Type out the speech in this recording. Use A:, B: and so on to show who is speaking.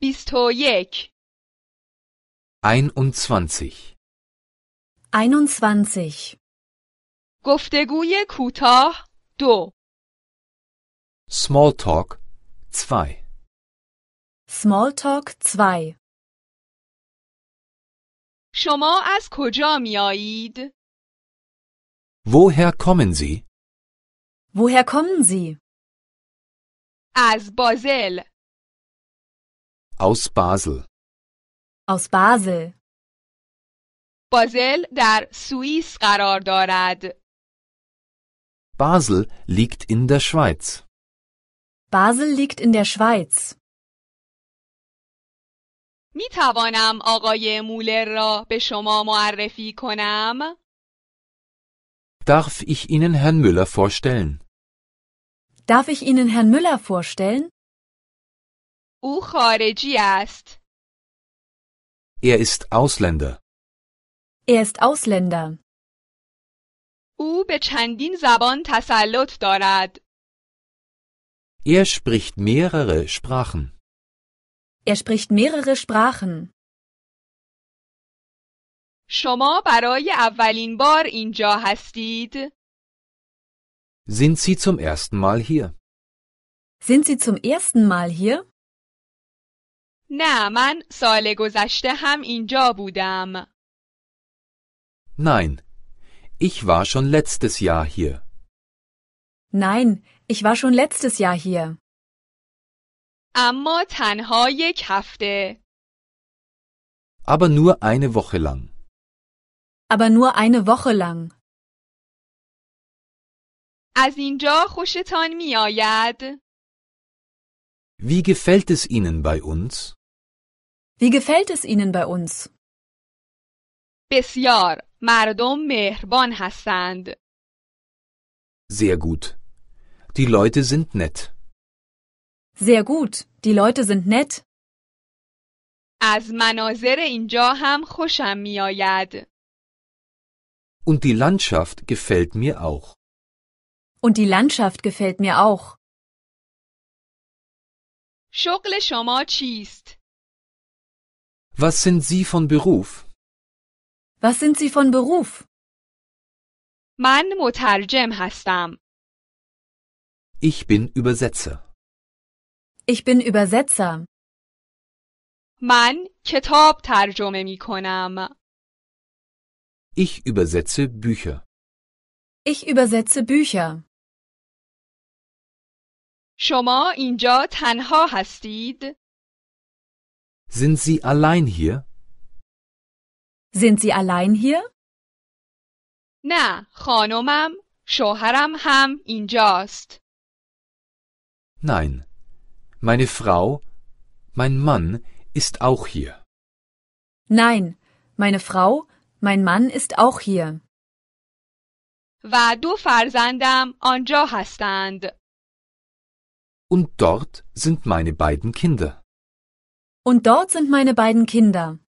A: بیست و یک
B: 21.
C: 21.
A: گفتگوی کوتاه دو
B: Smalltalk 2.
C: Smalltalk 2.
A: شما از کجا میایید؟
B: Woher kommen Sie?
C: Woher kommen Sie?
A: از بازل
B: Aus Basel.
C: Aus Basel.
A: بازل در سوئیس قرار دارد
B: Basel liegt in der Schweiz.
C: Basel liegt in der Schweiz.
A: می توانم آقای مولر را به شما معرفی کنم؟
B: Darf ich Ihnen Herrn Müller vorstellen?
C: Darf ich Ihnen Herrn Müller vorstellen?
A: او خارجی است
B: Er ist Ausländer.
C: Er ist Ausländer.
A: او به چندین زبان تسلط دارد
B: Er spricht mehrere Sprachen.
C: Er spricht mehrere Sprachen.
A: شما برای اولین بار اینجا هستید؟
B: Sind Sie zum ersten Mal hier?
C: Sind Sie zum ersten Mal hier?
A: نه من سال گذشته هم اینجا بودم.
B: Nein. Ich war schon letztes Jahr hier.
C: Nein, ich war schon letztes Jahr hier.
A: اما تنها یک هفته.
B: Aber nur eine Woche lang.
C: Aber nur eine Woche lang.
A: از اینجا خوشتان می آید؟
B: Wie gefällt es Ihnen bei uns?
C: Wie gefällt es Ihnen bei uns?
A: بسیار مردم مهربان هستند.
B: Sehr gut. Die Leute sind nett.
C: Sehr gut. Die Leute sind nett.
A: از مناظر اینجا هم خوشم می آید.
B: Und die Landschaft gefällt mir auch.
C: Und die Landschaft gefällt mir auch.
A: شغل شما چیست؟
B: Was sind Sie von Beruf?
C: Was sind Sie von Beruf?
A: من مترجم هستم.
B: Ich bin Übersetzer.
C: Ich bin Übersetzer.
A: من کتاب ترجمه می کنم.
B: Ich übersetze Bücher.
C: Ich übersetze Bücher.
A: شما اینجا تنها هستید؟
B: Sind Sie allein hier?
C: Sind Sie allein hier?
A: نه خانمم شوهرم هم اینجاست
B: Nein. Meine Frau, mein Mann ist auch hier.
C: Nein, meine Frau, mein Mann ist auch hier.
A: و دو فرزندم آنجا هستند
B: Und dort sind meine beiden Kinder.
C: Und dort sind meine beiden Kinder.